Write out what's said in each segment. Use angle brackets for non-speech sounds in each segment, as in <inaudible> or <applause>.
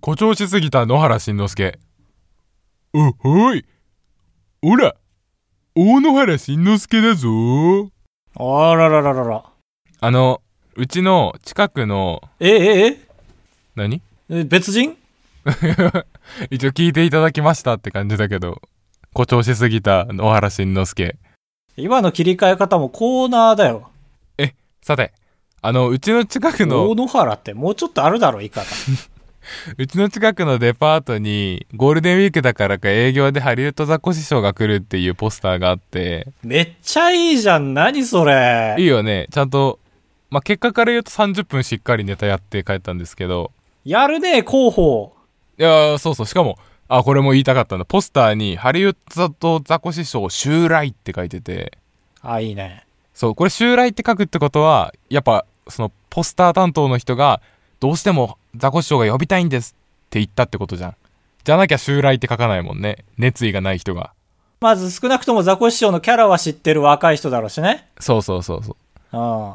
誇張しすぎた野原しんのすけ。おっほい。おら、大野原しんのすけだぞ。あららららら。あの、うちの近くの、えええ何 <laughs> ええ別人一応聞いていただきましたって感じだけど、誇張しすぎた野原しんのすけ。今の切り替え方もコーナーだよ。さて、あの、うちの近くの大、野原ってもうちょっとあるだろ、言い方。 <laughs> うちの近くのデパートに、ゴールデンウィークだからか営業でハリウッドザコシショウが来るっていうポスターがあって、めっちゃいいじゃん、何それ。いいよね、ちゃんと、まあ、結果から言うと30分しっかりネタやって帰ったんですけど、やるね、広報。いやーそうそう、しかも、あ、これも言いたかったんだ。ポスターに、ハリウッドザコシショウ襲来って書いてて、あ、いいね。そう、これ襲来って書くってことは、やっぱ、その、ポスター担当の人が、どうしてもザコシショウが呼びたいんですって言ったってことじゃん。じゃなきゃ襲来って書かないもんね。熱意がない人が。まず少なくともザコシショウのキャラは知ってる若い人だろうしね。そうそうそうそう。うん。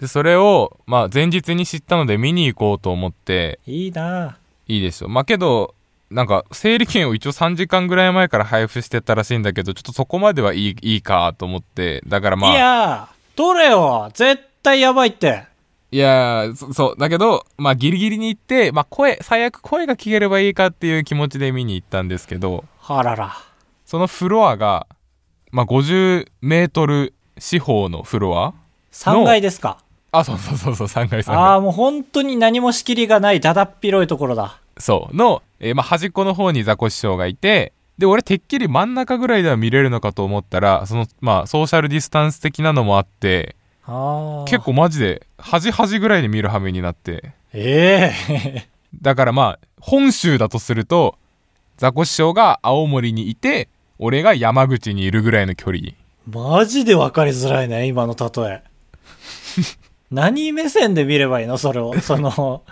で、それを、まあ、前日に知ったので見に行こうと思って、いいないいですよ。まあ、けど、なんか、整理券を一応3時間ぐらい前から配布してたらしいんだけど、ちょっとそこまではいい、いいかと思って、だからまあ、いやー、どれよ、絶対やばいって。いやーそそう、だけど、まあ、ギリギリに行って、まあ、声、最悪声が聞ければいいかっていう気持ちで見に行ったんですけど、はらら。そのフロアが、まあ、50メートル四方のフロア3階ですか。あ、そうそうそうそう、3階3階。ああ、もう本当に何も仕切りがない、だだっ広いところだ。そう。の、えーまあ、端っこの方にザコシショウがいて、で、俺、てっきり真ん中ぐらいでは見れるのかと思ったら、その、まあ、ソーシャルディスタンス的なのもあって、ああ。結。構マジで、端端ぐらいで見る羽目になって。ええだからまあ、本州だとすると、ザコシショウが青森にいて、俺が山口にいるぐらいの距離。マジで分かりづらいね、今の <laughs> 例え。何目線で見ればいいのそれを。<laughs> その、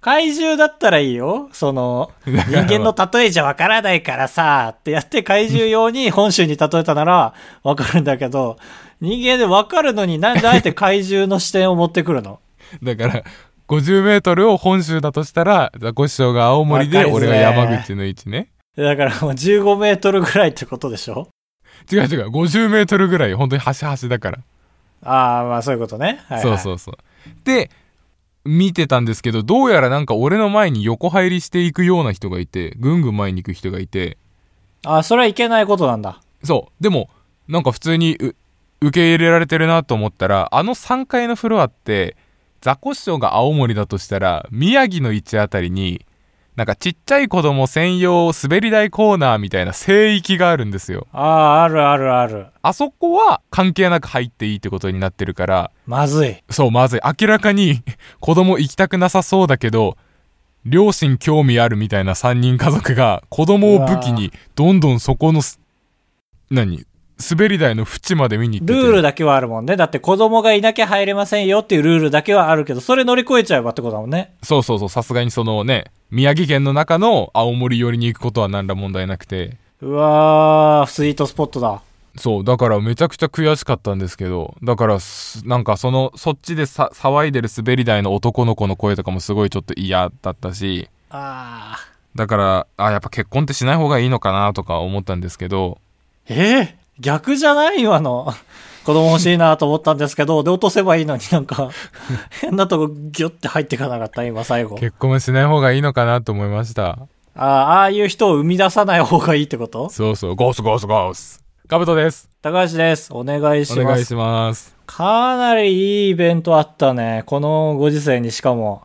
怪獣だったらいいよ。その、人間の例えじゃ分からないからさ、ってやって怪獣用に本州に例えたなら分かるんだけど、人間で分かるのになんであえて怪獣の視点を持ってくるのだから、50メートルを本州だとしたら、ザコシショウが青森で、わか俺るぜが山口の位置ね。だからもう15メートルぐらいってことでしょ違う違う、50メートルぐらい、本当に端端だから。ああ、まあそういうことね。はい、はい。そうそうそう。で、見てたんですけど、どうやらなんか俺の前に横入りしていくような人がいて、ぐんぐん前に行く人がいて、ああ、それはいけないことなんだ。そう、でも、なんか普通にう受け入れられてるなと思ったら、あの3階のフロアって、ザコシショウが青森だとしたら、宮城の位置あたりに、なんかちっちゃい子供専用滑り台コーナーみたいな聖域があるんですよ。ああ、あるあるある。あそこは関係なく入っていいってことになってるから、まずい。そう、まずい。明らかに <laughs> 子供行きたくなさそうだけど、両親興味あるみたいな3人家族が <laughs> 子供を武器にどんどんそこのす、何滑り台の縁まで見に行ってルてールだけはあるもんね。だって子供がいなきゃ入れませんよっていうルールだけはあるけど、それ乗り越えちゃえばってことだもんね。そうそうそう、さすがにそのね、宮城県の中の青森寄りに行くことは何ら問題なくて。うわー、スイートスポットだ。そう、だからめちゃくちゃ悔しかったんですけど、だからす、なんかその、そっちでさ騒いでる滑り台の男の子の声とかもすごいちょっと嫌だったし、あだからあやっぱ結婚ってしない方がいいのかなとか思ったんですけどー。えー、逆じゃない今の。子供欲しいなと思ったんですけど、で落とせばいいのになん <laughs> か、変なとこギュッて入っていかなかった、今最後。結婚はしない方がいいのかなと思いましたあーああいう人を生み出さない方がいいってことそうそうゴースゴースゴースカブトです高橋です。お願いしおま願いす。しますかなりいいイベントあったね。このご時世にしかも。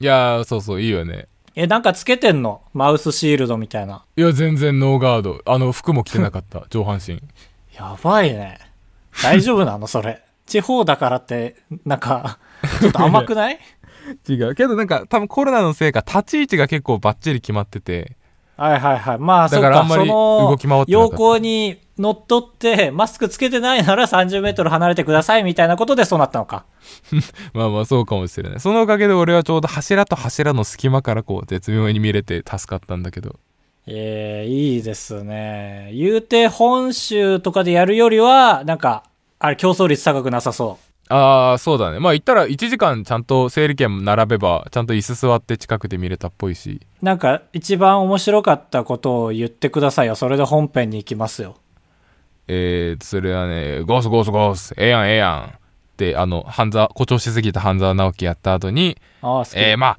いやーそうそういいよねえ、なんかつけてんのマウスシールドみたいな。いや全然ノーガードあの服も着てなかった <laughs> 上半身やばいね。大丈夫なの <laughs> それ。地方だからって、なんか、ちょっと甘くない <laughs> 違うけどなんか多分コロナのせいか立ち位置が結構バッチリ決まっててはいはいはい。まあ、だそっからあか、んまそり動のき回ってなか要った項に乗っ取って、マスクつけてないなら30メートル離れてくださいみたいなことでそうなったのか。まあまあそうかもしれないそのおかげで俺はちょうど柱と柱の隙間からこう絶妙に見れて助かったんだけどええいいですね。言うて本州とかでやるよりは、なんか、あれ競争率高くなさそああそうだねまあ行ったら1時間ちゃんと整理券並べばちゃんと椅子座って近くで見れたっぽいしなんか一番面白かったことを言ってくださいよそれで本編に行きますよえー、それはねゴースゴースゴースええやんええやんってあの半沢誇張しすぎた半沢直樹やった後にああ好き、えー、まあ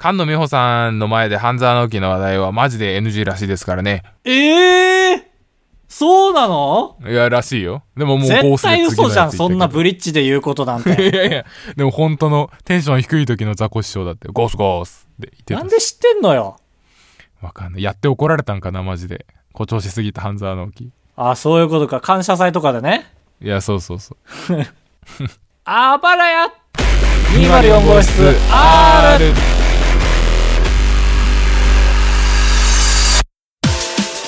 菅野美穂さんの前で半沢直樹の話題はマジで NG らしいですからねえーそうなのいやらしいよでももう絶対嘘じゃんそんなブリリッジで言うことなんいてやいやでも本当のテンション低い時の雑魚師匠だってゴースゴースって言ってたなんで知ってんのよわかんないやって怒られたんかなマジで誇張しすぎた半沢直樹ああそういうことか感謝祭とかでねいやそうそうそうあばらや204号室 R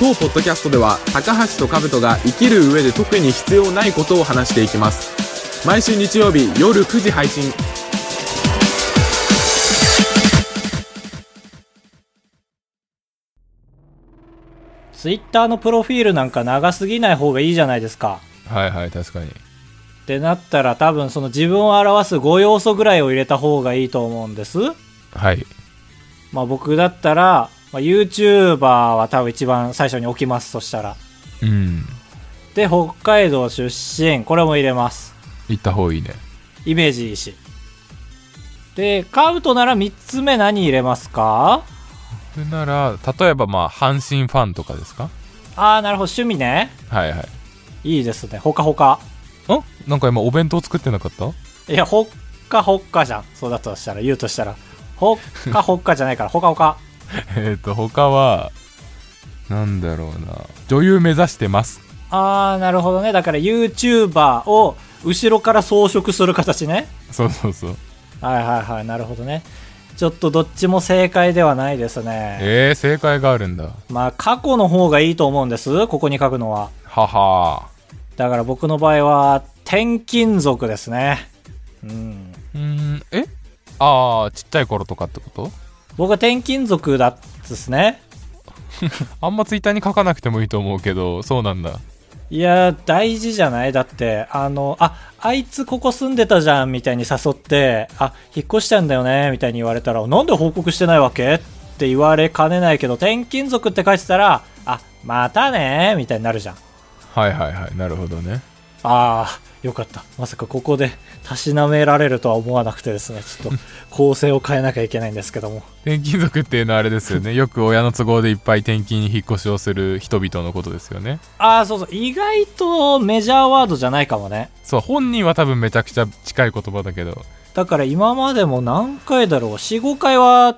当ポッドキャストでは高橋と兜が生きる上で特に必要ないことを話していきます毎週日曜日夜9時配信ツイッターのプロフィールなんか長すぎない方がいいじゃないですかはいはい確かにってなったら多分その自分を表す5要素ぐらいを入れた方がいいと思うんですはいまあ僕だったら、まあ、YouTuber は多分一番最初に置きますそしたらうんで北海道出身これも入れます行った方がいいねイメージいいしでカウトなら3つ目何入れますかそれなら例えばまあ阪神ファンとかですかああなるほど趣味ねはいはいいいですねほかほかあなんか今お弁当作ってなかったいやほっかほっかじゃんそうだとしたら言うとしたらほっかほっかじゃないからほかほか <laughs> えっと他はなんだろうな女優目指してますあーなるほどねだから YouTuber を後ろから装飾する形ねそうそうそうはいはいはいなるほどねちょっとどっちも正解ではないですねえー、正解があるんだまあ過去の方がいいと思うんですここに書くのはははだから僕の場合は転勤族ですねうんうーんえああちっちゃい頃とかってこと僕は転勤族だっですねあんまツイッターに書かなくてもいいと思うけどそうなんだいや大事じゃないだってあのああいつここ住んでたじゃんみたいに誘ってあ引っ越したんだよねみたいに言われたらなんで報告してないわけって言われかねないけど転勤族って書いてたらあまたねみたいになるじゃんはいはいはいなるほどねあーよかったまさかここでたしなめられるとは思わなくてですねちょっと構成を変えなきゃいけないんですけども転勤族っていうのはあれですよ <laughs> ねよく親の都合でいっぱい転勤に引っ越しをする人々のことですよねああそうそう意外とメジャーワードじゃないかもねそう本人は多分めちゃくちゃ近い言葉だけどだから今までも何回だろう45回は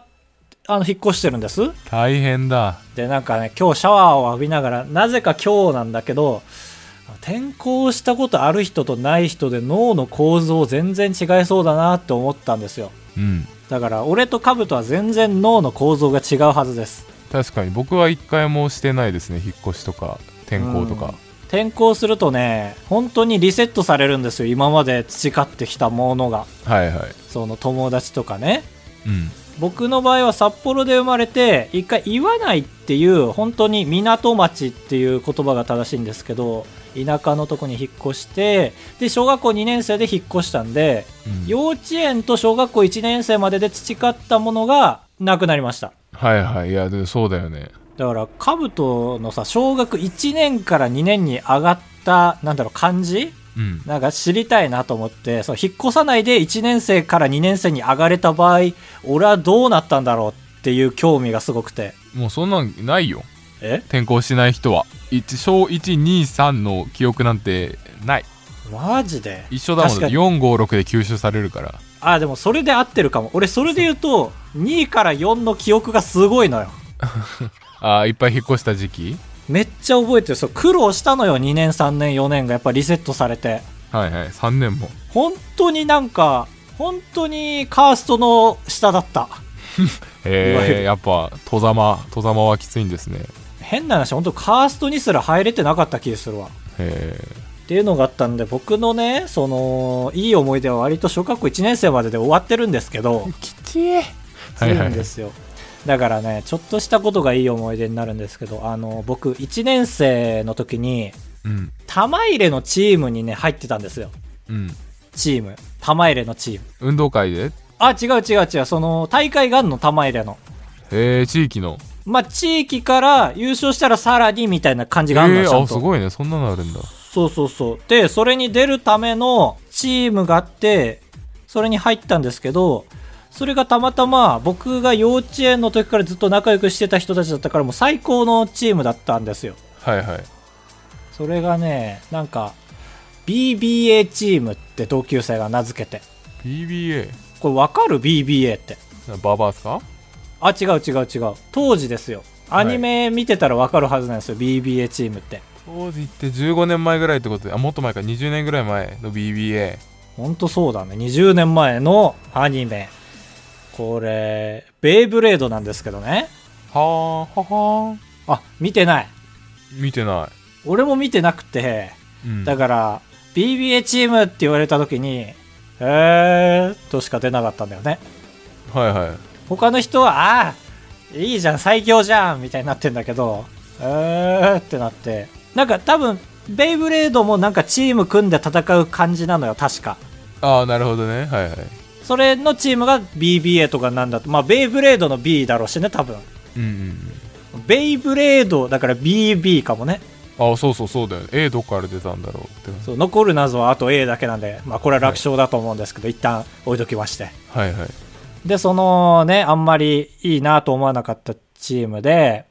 あの引っ越してるんです大変だでなんかね今日シャワーを浴びながらなぜか今日なんだけど転校したことある人とない人で脳の構造全然違いそうだなって思ったんですようんだから俺とカブとは全然脳の構造が違うはずです確かに僕は一回もしてないですね引っ越しとか転校とか転校するとね本当にリセットされるんですよ今まで培ってきたものがはいはいその友達とかねうん僕の場合は札幌で生まれて一回岩内っていう本当に港町っていう言葉が正しいんですけど田舎のとこに引っ越してで小学校2年生で引っ越したんでうん幼稚園と小学校1年生までで培ったものがなくなりましたはいはいいやでもそうだよねだから兜のさ小学1年から2年に上がったなんだろう漢字うんなんか知りたいなと思ってそう引っ越さないで1年生から2年生に上がれた場合俺はどうなったんだろうっていう興味がすごくてもうそんなんないよえ転校しない人は一小123の記憶なんてないマジで一緒だもん確かに456で吸収されるからあでもそれで合ってるかも俺それで言うと2から4の記憶がすごいのよああいっぱい引っ越した時期めっちゃ覚えてるそう苦労したのよ2年3年4年がやっぱリセットされてはいはい3年も本当になんか本当にカーストの下だったいわゆへえるやっぱ戸ざま戸ざまはきついんですね変な話本当カーストにすら入れてなかった気がするわへっていうのがあったんで僕のねそのいい思い出は割と小学校1年生までで終わってるんですけどえきちえつはいいはんいですよ、だからねちょっとしたことがいい思い出になるんですけどあの僕1年生の時にうん玉入れのチームにね入ってたんですようんチーム玉入れのチーム運動会であ違う違う違うその大会があるの玉入れのへえ地域のまあ地域から優勝したらさらにみたいな感えじがあるのよ、ー、ちゃんあとすごいねそんなのあるんだそうそうそうでそれに出るためのチームがあってそれに入ったんですけどそれがたまたま僕が幼稚園の時からずっと仲良くしてた人たちだったからもう最高のチームだったんですよはいはいそれがねなんか BBA チームって同級生が名付けて BBA これわかる BBA ってなババアっすかあ違う違う違う当時ですよアニメ見てたらわかるはずなんですよ、BBA チームって当時って15年前ぐらいってことであもっと前か20年ぐらい前の BBA ほんとそうだね。20年前のアニメ。これ、ベイブレードなんですけどね。はあははあ、見てない。見てな俺も見てなくて、い、うん、だから、BBA チームって言われた時に、えーとしか出なかったんだよね。はいはい他の人は、あーいいじゃん、最強じゃんみたいになってんだけど、えーってなって。なんか多分、ベイブレードもなんかチーム組んで戦う感じなのよ、確か。ああなるほどねはいはいそれのチームが BBA とかなんだと。まあ、ベイブレードの B だろうしね、多分。うんうんベイブレード、だから BB かもね。うんあそうそうそうだよね A どっから出たんだろうってそう残る謎はあと A だけなんで、まあこれは楽勝だと思うんですけど、一旦置いときまして。はいはいで、そのね、あんまりいいなと思わなかったチームで、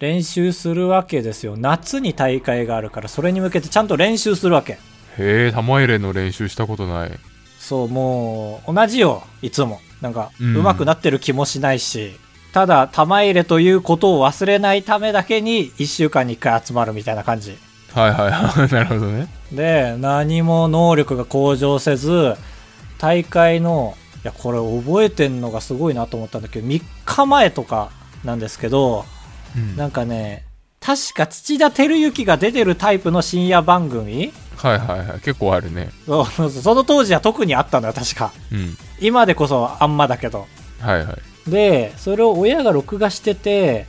練習するわけですよ。夏に大会があるから、それに向けてちゃんと練習するわけ。へえ玉入れの練習したことないそう、もう、同じよ、いつも。なんか、うん上手くなってる気もしないし、ただ、玉入れということを忘れないためだけに、1週間に1回集まるみたいな感じ。はいはいはい <laughs> なるほどねで何も能力が向上せず大会のいやこれ覚えてんのがすごいなと思ったんだけど3日前とかなんですけどうんなんかね確か土田照之が出てるタイプの深夜番組はいはいはい結構あるねそうそう <laughs> その当時は特にあったのよ確かうん今でこそあんまだけどはいはいでそれを親が録画してて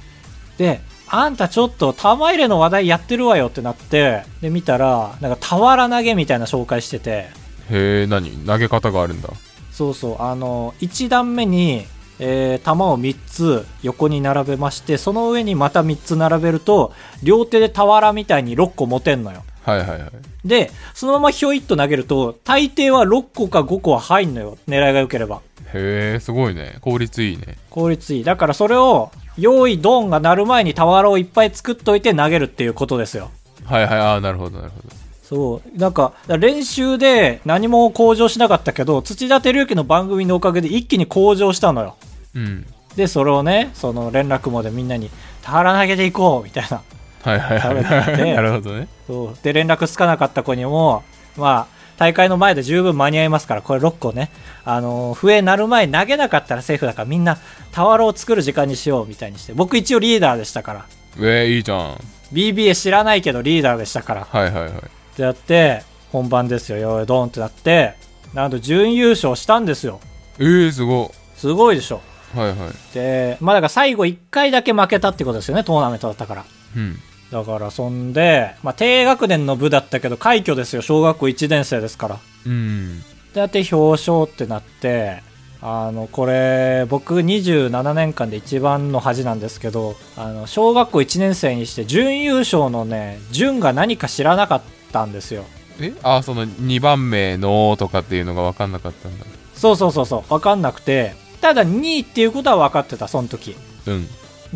であんたちょっと玉入れの話題やってるわよってなってで見たらなんか俵投げみたいな紹介しててへえ何投げ方があるんだそうそうあの1段目に、えー玉を3つ横に並べましてその上にまた3つ並べると両手で俵みたいに6個持てんのよはいはいはいでそのままひょいっと投げると大抵は6個か5個は入んのよ狙いが良ければへえすごいね効率いいね効率いいだからそれを用意ドンが鳴る前に俵をいっぱい作っといて投げるっていうことですよはいはいああなるほどなるほどそうなんか練習で何も向上しなかったけど土田照之の番組のおかげで一気に向上したのようんでそれをねその連絡網でみんなに「俵投げでいこう」みたいなはいはいはい食べ <laughs> てなるほどねそうで連絡つかなかった子にもまあ大会の前で十分間に合いますからこれ6個ねあのー笛鳴る前に投げなかったらセーフだからみんな俵を作る時間にしようみたいにして僕一応リーダーでしたからえー、いいじゃんは BBA 知らないけどリーダーでしたからっいはいはいてやって本番ですよよーいドンってなってなんと準優勝したんですよえー、すごすごいでしょいはいはいでまあだから最後1回だけ負けたってことですよねトーナメントだったからうんだからそんで、まあ、低学年の部だったけど快挙ですよ小学校1年生ですからうんでだって表彰ってなってあのこれ僕27年間で一番の恥なんですけどあの小学校1年生にして準優勝のね準が何か知らなかったんですよえあその2番目のとかっていうのが分かんなかったんだそうそうそうそう分かんなくてただ2位っていうことは分かってたその時うん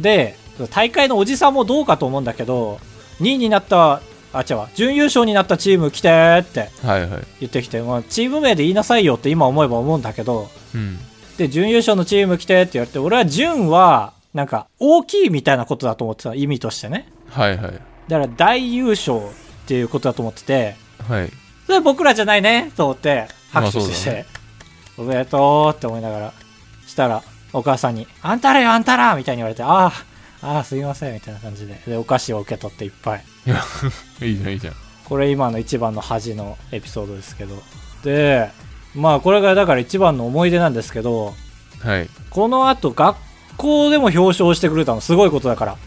で大会のおじさんもどうかと思うんだけど2位になったあ違うわ準優勝になったチーム来てーってはいはい言ってきて、まあ、チーム名で言いなさいよって今思えば思うんだけど、うんで、準優勝のチーム来てって言われて、俺は準は、なんか、大きいみたいなことだと思ってた、意味としてね。はいはいだから、大優勝っていうことだと思ってて、はいそれ僕らじゃないねと思って、拍手まあそうだねして、おめでとうって思いながら、したら、お母さんに、あんたらよ、あんたらみたいに言われて、ああ、ああ、すいません、みたいな感じで。で、お菓子を受け取っていっぱい。いやいいじゃんいいじゃんこれ今の一番の恥のエピソードですけど。で、まあこれがだから一番の思い出なんですけど、はいこの後学校でも表彰してくれたのすごいことだから。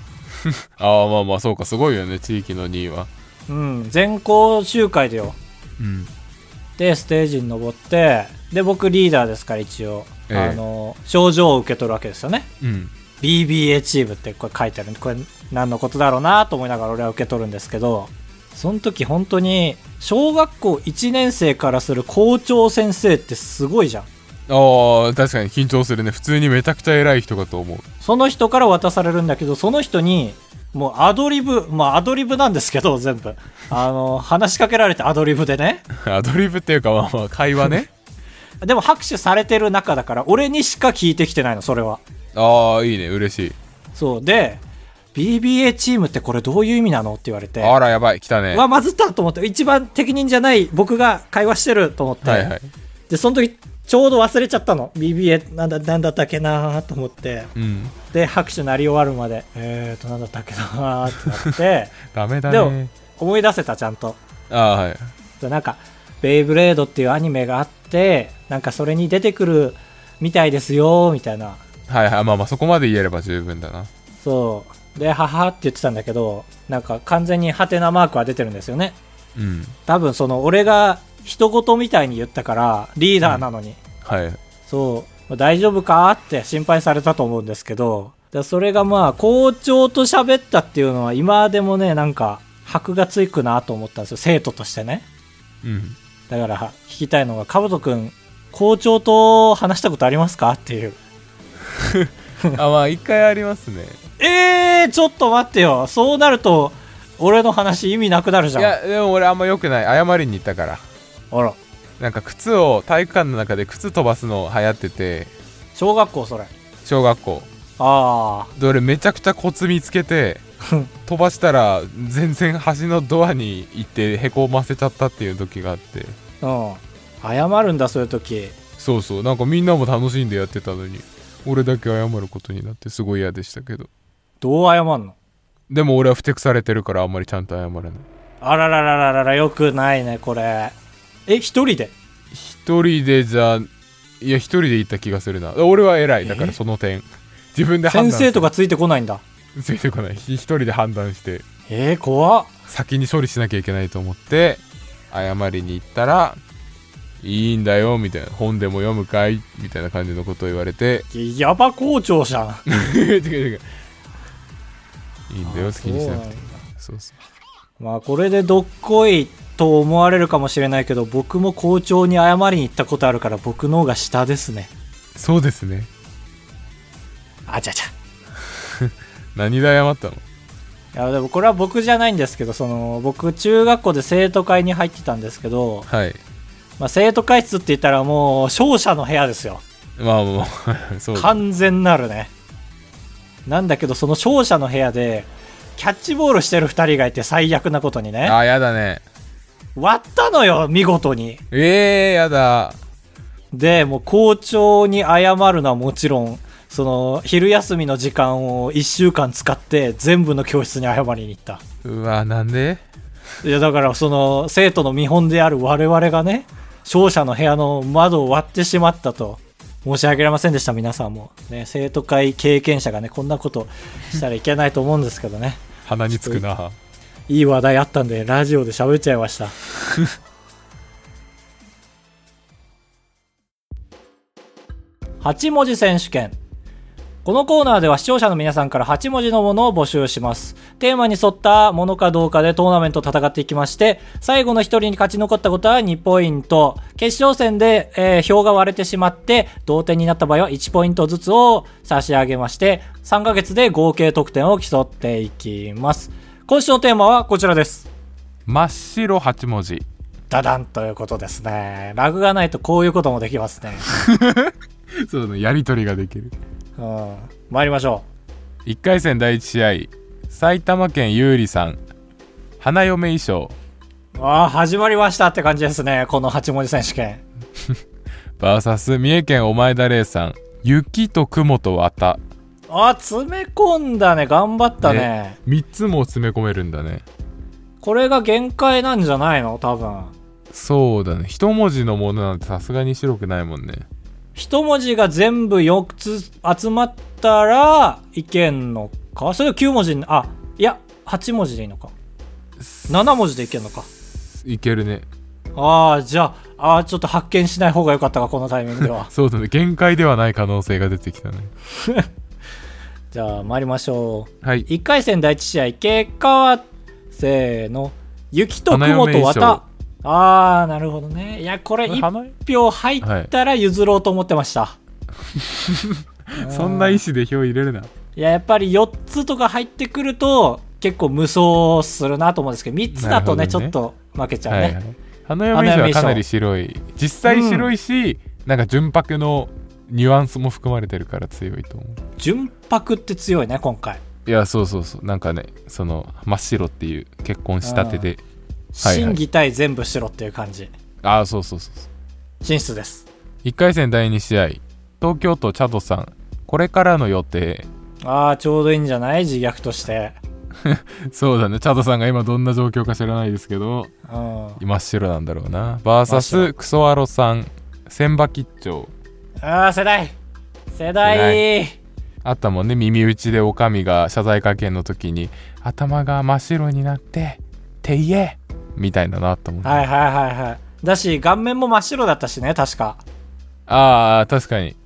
ああまあまあそうかすごいよね地域の2位はうん、全校集会でよ。うんでステージに登ってで僕リーダーですから一応、ええあの賞状を受け取るわけですよねうん。 BBA チームってこれ書いてあるんでこれ何のことだろうなと思いながら俺は受け取るんですけどその時本当に小学校1年生からする校長先生ってすごいじゃんああ、確かに緊張するね。普通にめちゃくちゃ偉い人かと思う。 <laughs> その人から渡されるんだけどその人にもうアドリブまあアドリブなんですけど全部あの話しかけられてアドリブでねアドリブっていうか、まあまあ、会話 <laughs> ね。でも拍手されてる中だから俺にしか聞いてきてないのそれはああ、いいね。嬉しい。そうで BBA チームってこれどういう意味なのって言われてあら、やばい。来たね。うわまずったと思って一番適任じゃない僕が会話してると思って、はいはい。でその時ちょうど忘れちゃったの BBA なんだなんだったっけなーと思ってうん。で拍手鳴り終わるまでえーとなんだったっけなーってなって <laughs> ダメだでもね。思い出せたちゃんとああ、はい。でなんか「ベイブレード」っていうアニメがあってなんかそれに出てくるみたいですよーみたいなはいはい。まあまあ、そこまで言えれば十分だな。そうで「はは」って言ってたんだけどなんか完全にハテナマークは出てるんですよねうん。多分その俺が人事みたいに言ったからリーダーなのに、はい。そう大丈夫かって心配されたと思うんですけどでそれがまあ校長と喋ったっていうのは今でもねなんか箔がつくなと思ったんですよ生徒としてねうん。だから聞きたいのが「かぶとくん校長と話したことありますか?」っていうあ、まあ、一回ありますね。えー、ちょっと待ってよそうなると俺の話意味なくなるじいゃんや、でも俺あんま良くない。謝りに行ったから。あらなんか靴を体育館の中で靴飛ばすの流行ってて小学校それ小学校あで俺めちゃくちゃコツ見つけ <laughs> てあ飛ばしたら全然端のドアに行ってへこませちゃったっていう時があってうん謝るんだそういう時そうそうなんかみんなも楽しんでやってたのに俺だけ謝ることになってすごい嫌でしたけどどう謝んのでも俺はふてくされてるからあんまりちゃんと謝らないあららららららよくないねこれえ一人で一人でじゃいや一人で行った気がするな俺は偉いだからその点自分で判先断生とかかついてこないんだついてこない一人で判断してえー、怖っ先に処理しなきゃいけないと思って謝りに行ったら「いいんだよ」みたいな「本でも読むかい?」みたいな感じのことを言われ <laughs> てややば校長じゃん「違う違ういいんだよあ好きにしなくそうてなんだ」そうそうまあこれでどっこいと思われるかもしれないけど僕も校長に謝りに行ったことあるから僕の方が下ですねそうですねあちゃちゃ何で謝ったのいやでもこれは僕じゃないんですけどその僕中学校で生徒会に入ってたんですけど、はいまあ、生徒会室って言ったらもう勝者の部屋ですよまあもうそうだ完全なるねなんだけどその勝者の部屋でキャッチボールしてる2人がいて最悪なことにねあやだね割ったのよ見事にええー、やだでもう校長に謝るのはもちろんその昼休みの時間を1週間使って全部の教室に謝りに行ったうわなんでいやだからその生徒の見本である我々がね勝者の部屋の窓を割ってしまったと申し訳ありませんでした皆さんも、ね、生徒会経験者がねこんなことしたらいけないと思うんですけどね鼻につくないい話題あったんでラジオで喋っちゃいました8文字選手権このコーナーでは視聴者の皆さんから8文字のものを募集します。テーマに沿ったものかどうかでトーナメントを戦っていきまして、最後の1人に勝ち残ったことは2ポイント。決勝戦で、えー票が割れてしまって、同点になった場合は1ポイントずつを差し上げまして、3ヶ月で合計得点を競っていきます。今週のテーマはこちらです。真っ白8文字ダダンということですね。ラグがないとこういうこともできますね。そうだねやり取りができるうん。参りましょ1回戦第1試合埼玉県優里さん花嫁衣装う。ああ、始まりましたって感じですね。この8文字選手権。 VS 三重県お前田玲さん雪と雲と綿あ、詰め込んだね。頑張ったね。 3つも詰め込めるんだねこれが限界なんじゃないの多分。そうだね一文字のものなんてさすがに白くないもんね一文字が全部4つ集まったらいけんのかそれが9文字に、あ、いや、8文字でいいのか。7文字でいけんのか。いけるね。ああ、じゃあ、ああ、ちょっと発見しない方が良かったか、このタイミングでは <laughs> そうだね限界ではない可能性が出てきたねじゃあ、参りましょう。はい1回戦第1試合、結果は、せーの、雪と花嫁雲と衣装綿。ああ、なるほどね。いや、これこれ1花票入ったら譲ろうと思ってました。そんな意思で票入れるないや、やっぱり4つとか入ってくると、結構無双するなと思うんですけど、3つだとね、なるちほどょねっと負けちゃうはね。いはい花嫁衣装はかなり白い実際白いし、なんか純白のニュアンスも含まれてるから強いと思う純白って強いね、今回。いやそうそうそうなんかねその真っ白っていう結婚したてではいはい審議対全部しろっていう感じ。ああそうそうそうそう進出です。 1回戦第2試合東京都チャドさんこれからの予定ああ、ちょうどいいんじゃない自虐として。そうだねチャドさんが今どんな状況か知らないですけどうん。あ真っ白なんだろうなバーサ真っスクソワロさん千葉吉兆あ、世代世世代あったもんね耳打ちでおかみが謝罪会見の時に頭が真っ白になってって言えみたいなのあったもん、ねはいはいはいはい。だし、顔面も真っ白だったしね、確か。ああ確かに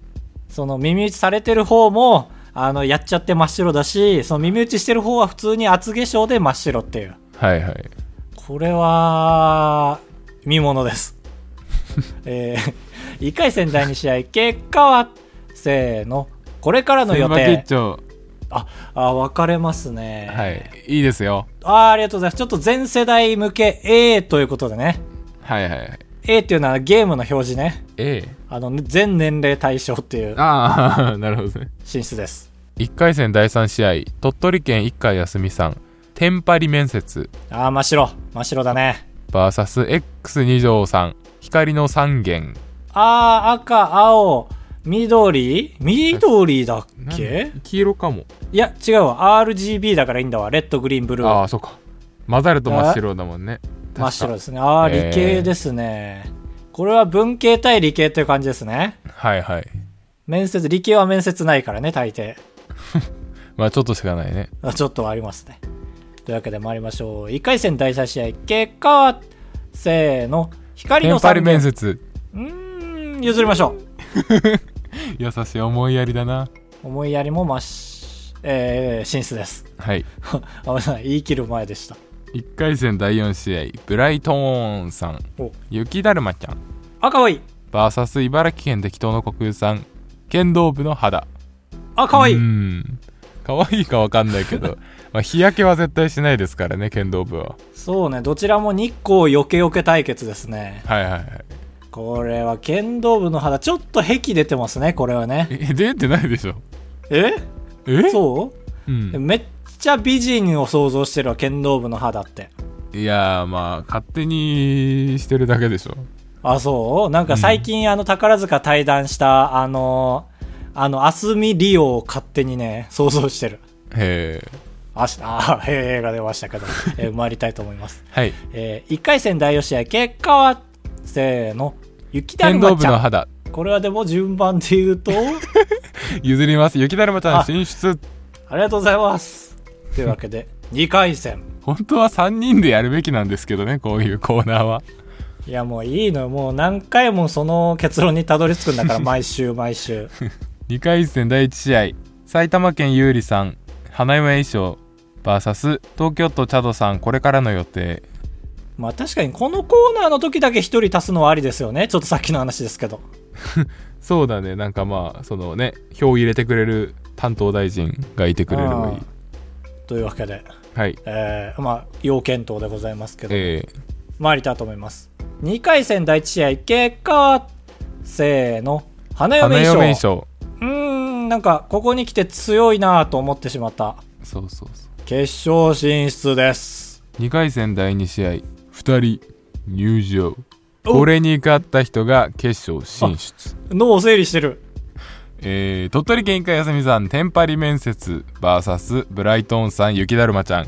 その耳打ちされてる方も、あの、やっちゃって真っ白だし、その耳打ちしてる方は普通に厚化粧で真っ白っていう。はいはいこれは、見も <laughs> のです。えー、1回戦第2試合、結果は、せーの、これからの予千葉定吉。兆あ、あ、分かれますね。はいいいですよあーありがとうございます。ちょっと全世代向け A ということでね。はいはいはい A っていうのはゲームの表示ね。 A あの、全年齢対象っていうああなるほどね進出です。 1回戦第3試合鳥取県一回休みさんテンパリ面接ああ、真っ白。真っ白だね。 VSX2 条さん光の三元ああ、赤、青、緑緑だっけなん黄色かもいや、違うわ。RGB だからいいんだわ。レッド、グリーン、ブルあー。あそっか混ざると真っ白だもんね真っ白ですすね。ああ、えー理系ですね。これは文系対理系という感じですね。はいはい面接、理系は面接ないからね、大抵。まあちょっとしかないねあちょっとはありますね。というわけで参りましょう。1回戦第3試合、結果は、せーの、光テのンパリ三面元。接うーん、譲りましょ優しい思いやりだなう。思いやりもまし、えー、進出です。はいあ、まだ言い切る前でした。 1回戦第4試合ブライトーンさんお雪だるまちゃんあ、かわいい。 VS 茨城県適当の国有さん剣道部の肌あ、かわいい。うんかわいいかわかんないけ <laughs> どまあ日焼けは絶対しないですからね剣道部はそうね、どちらも日光よけよけ対決ですね。はいはいはいこれは剣道部の肌、ちょっと壁出てますね、これはね。え出てないでしょええ、そうう、ん、めっちゃ美人を想像してるわ、剣道部の肌って。いやーまあ勝手にしてるだけでしょあ、そうなんか最近、あの、宝塚対談した、あの、あの、あすみりおを勝手にね、想像してる。へえあし、あ、へえが出ましたけ <laughs> ど、えー参りたいと思います。はいえ1回戦第4試合、結果は、せーの、雪だる剣道ま部ちのゃん。肌これはでも順番で言 <laughs> うと、譲ります雪だるまちゃんあ進出ありがとうございます。というわけで、2回戦。本当は3人でやるべきなんですけどねこういうコーナーはいや、もういいのよ。もう何回もその結論にたどり着くんだ <laughs> から、毎週毎週。 2回戦第1試合埼玉県優里さん花嫁衣装 VS 東京都チャドさんこれからの予定まあ確かにこのコーナーの時だけ一人足すのはありですよね。ちょっとさっきの話ですけど。そうだねなんかまあそのね票を入れてくれる担当大臣がいてくれればいいうんというわけで、はいえー、まあ、要検討でございますけど、え参りたいと思います。2回戦第1試合、結果は、せーの、花ー、嫁花衣嫁装。衣装うーん、なんか、ここに来て強いなぁと思ってしまった。そうそうそ決勝進出です。う2回戦第2試合2人入場おこれに勝った人が決勝進出脳を整理してる。えー、鳥取県一家休みさんテンパリ面接 VS ブライトンさん雪だるまちゃん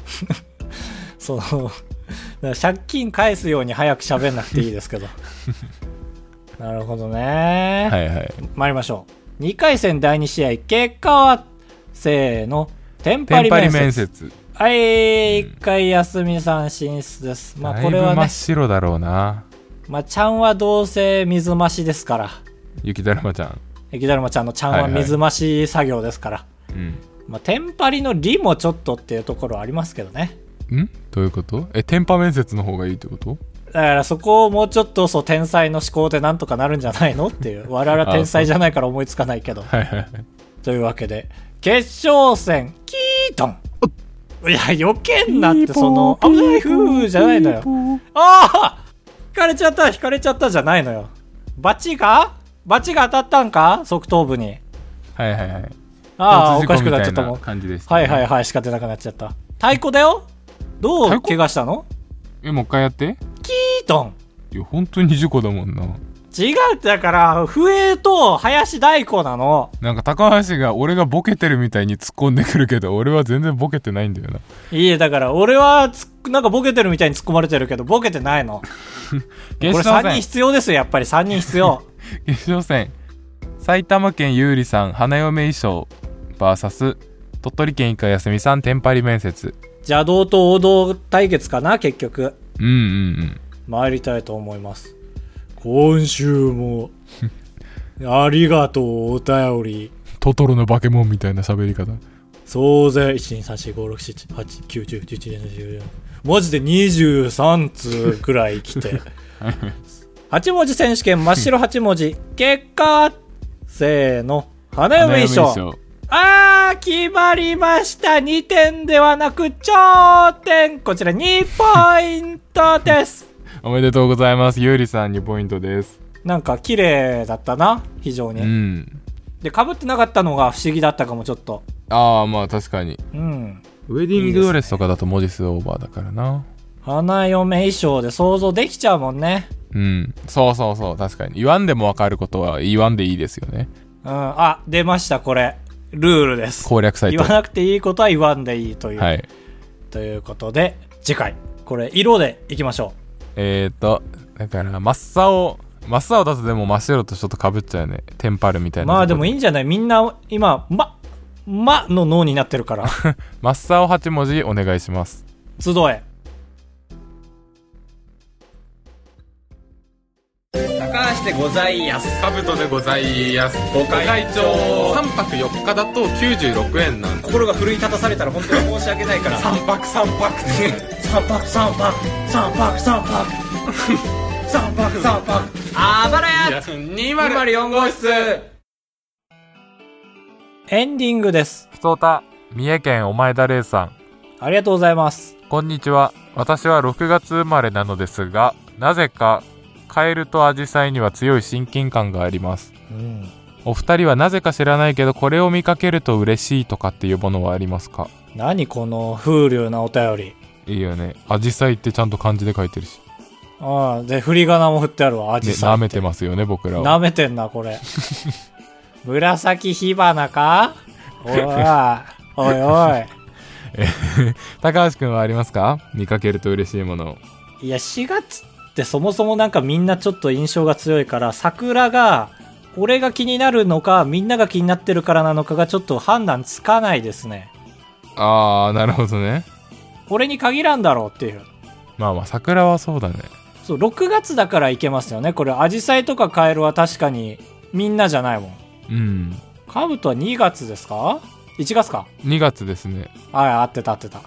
その、だから <laughs> 借金返すように早く喋んなくていいです <laughs> けど。なるほどね。はいはい参りましょう。2回戦第2試合、結果は、せーの、テンパテンリパリ面接。面接はい、1回休みさん進出です。まあこだれいはぶ真っね、白だろうなまあ、ちゃんはどうせ水増しですから。雪だるまちゃん雪だるまちゃんのちゃんは水増し作業ですから。うまあ、テンパリのりもちょっとっていうところはありますけどね。んんどういうことえ天パ面接の方がいいってことだからそこをもうちょっとそう天才の思考でなんとかなるんじゃないのっていう。我々は天才じゃないから思いつかないけど。はいはいはいというわけで、決勝戦、キートンいや、よけんなって、その、危ないふうじゃないのよ。ああ引かれちゃった引かれちゃったじゃないのよ。バチがバチが当たったんか側頭部に。はいはいはいああ、おかしくなっちゃったもん。感じです、はいはいいはい、しか出なくなっちゃった。太鼓だよ太どう鼓怪我したのえもう一回やってキートンいや本当に事故だもんな違うってだから、笛と林大鼓なの。なんか高橋が俺がボケてるみたいに突っ込んでくるけど俺は全然ボケてないんだよないいえ、だから俺はつっ、なんかボケてるみたいに突っ込まれてるけど、ボケてないの。これ決勝3人戦必要ですよ、やっぱり3人必要。決勝戦埼玉県優里さん花嫁衣装 VS 鳥取県一家休みさんテンパリ面接邪道と王道対決かな、結局。うんうん参りたいと思います。今週も、ありがとうお便り。うんトトロの化け物みたいな喋り方総勢、1,2,3,4,5,6,7,8,9,10,11,12,13,14マジで23通くらい <laughs> 来て。8文字選手権真っ白8文字。結果せーの。花嫁衣花装。衣あー、決まりました。2点ではなく、頂点。こちら2ポイントです。おめでとうございます優里さんにポイントですなんか綺麗だったな、非常に。うんで、被ってなかったのが不思議だったかも、ちょっと。ああまあ確かにうん。ウェディングドレスとかだと文字数オーバーだからな花嫁衣装で想像できちゃうもんね。うんそうそうそう確かに言わんでもわかることは言わんでいいですよねうん。あ、出ました、これ。ルールです。攻略サイ言トわなくていいことは言わんでいいという。はいということで、次回、これ、色でいきましょえーとだから真っ青真っ青だとでも真っ白とちょっとかぶっちゃうねテンパるみたう。いなまあでもいいいんじゃないみんな、今、ま、まの脳になってるから。 <laughs> 真っ青8文字お願いします集え。高橋でございやすカブトでございやすご会長3泊4日だと96円なんです心が奮い立たされたら本当に申し訳ないから。 3泊3泊で三泊三泊三泊三泊 <laughs> 三泊三泊あばらや204号室エンディングですふとた三重県お前だれいさんありがとうございますこんにちは。私は6月生まれなのですが、なぜか、カエルとアジサイには強い親近感があります。うんお二人はなぜか知らないけど、これを見かけると嬉しいとかっていうものはありますか何この風流なお便りいいよね。アジサイってちゃんと漢字で書いてるし。ああで振り仮名も振ってあるわね、アジサ舐イめてますよね、僕らは。なめてんなこれ <laughs> 紫火花かおいおいおい高橋くんはありますか見かけると嬉しいもの。おいいや4月ってそもそもなんかみんなちょっと印象が強いから桜が俺が気になるのかみんなが気になってるからなのかがちょっと判断つかないですねあー、なるほどね。俺に限らんだろうっていう。まあまあ、桜はそうだね。そう、6月だからいけますよね。これ、アジサイとかカエルは確かにみんなじゃないもん。うん。カブトは2月ですか ?1 月か。 2月ですね。はい、合ってた合ってた。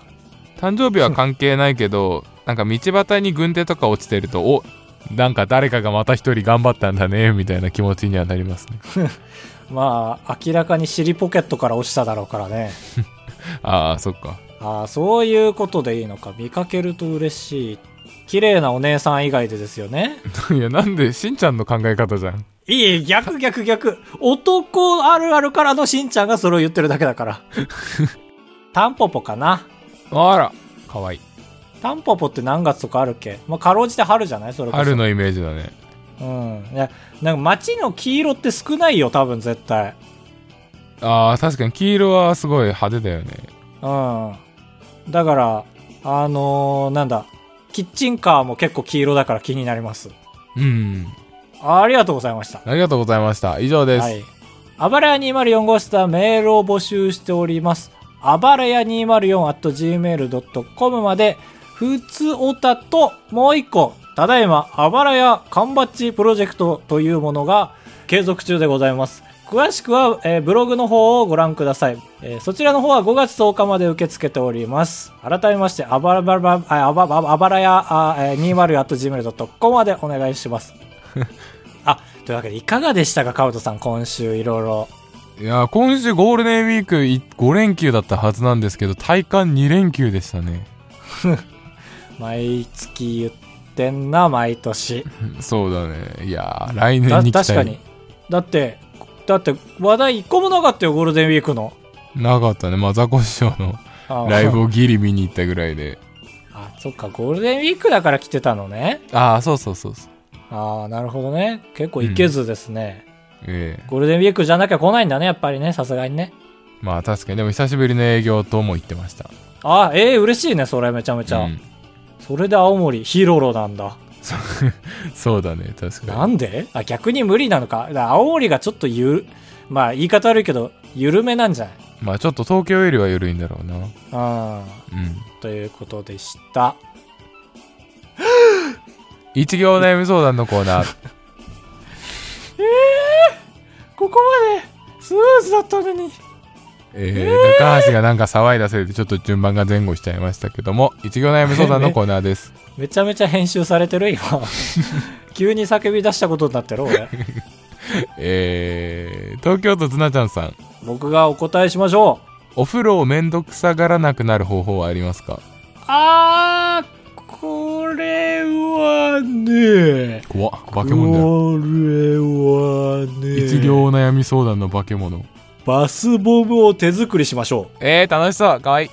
誕生日は関係ないけど <laughs> なんか道端に軍手とか落ちてるとおなんか誰かがまた一人頑張ったんだねみたいな気持ちにはなりますねまあ、明らかに尻ポケットから落ちただろうからね。ああそっか <laughs> ああ、そういうことでいいのか。見かけると嬉しい。綺麗なお姉さん以外でですよね。いやなんでしんちゃんの考え方じゃん <laughs> いいえ、逆逆逆。男あるあるからのしんちゃんがそれを言ってるだけだから。 <laughs> タンポポかな。あらかわいいタンポポって何月とかあるっけまあ、かろうじて春じゃないそれこそ。春のイメージだねうん。いや、なんか街の黄色って少ないよ、多分絶対。ああ確かに黄色はすごい派手だよねうん。だから、あのーなんだ、キッチンカーも結構黄色だから気になります。うんありがとうございました。ありがとうございました以上です、はい。あばれや204号室ではメールを募集しております。あばれや 204.gmail.com まで、ふつおたと、もう一個、ただいま、あばらや缶バッジプロジェクトというものが継続中でございます。詳しくは、えーブログの方をご覧ください、えーそちらの方は5月10日まで受け付けております。改めまして、あばらばらば、ああばああばらやあえー20 at gmail.com までお願いします。あ、というわけで、いかがでしたか、カウトさん、今週いろいろ。いやー今週ゴールデンウィークい5連休だったはずなんですけど体感2連休でしたね毎月言ってんな毎 <laughs> 年そうだねいやー来年だに期確待かにだってだって話題一個もなかったよゴールデンウィークのなかったねまあザコシショウのあライブをギリ見に行ったぐらいであそっかゴールデンウィークだから来てたのねああそうそうそうそうああなるほどね結構いけずですね、ええゴールデンウィークじゃなきゃ来ないんだねやっぱりねさすがにねまあ確かにでも久しぶりの営業とも言ってましたあーええ嬉しいねそれめちゃめちゃ、うんそれで青森ヒロロなんだ <laughs> そうだね確なかにんであ逆に無理なのかだから青森がちょっとゆるまあ言い方悪いけど緩めなんじゃないまあちょっと東京よりは緩いんだろうなうんうんということでした一行悩み相談のコー <laughs> ナーここまでスムーズだったのにえー、高橋がなんか騒いだせいでちょっと順番が前後しちゃいましたけども一行悩み相談のコーナーです <laughs> めちゃめちゃ編集されてる今 <laughs> 急に叫び出したことになってる俺えー、東京都ずなちゃんさん僕がお答えしましょうお風呂をめんどくさがらなくなる方法はありますかあーこれはね怖っ化け物だよれはね一行お悩み相談の化け物バスボムを手作りしましょうえー、楽しそうかわいい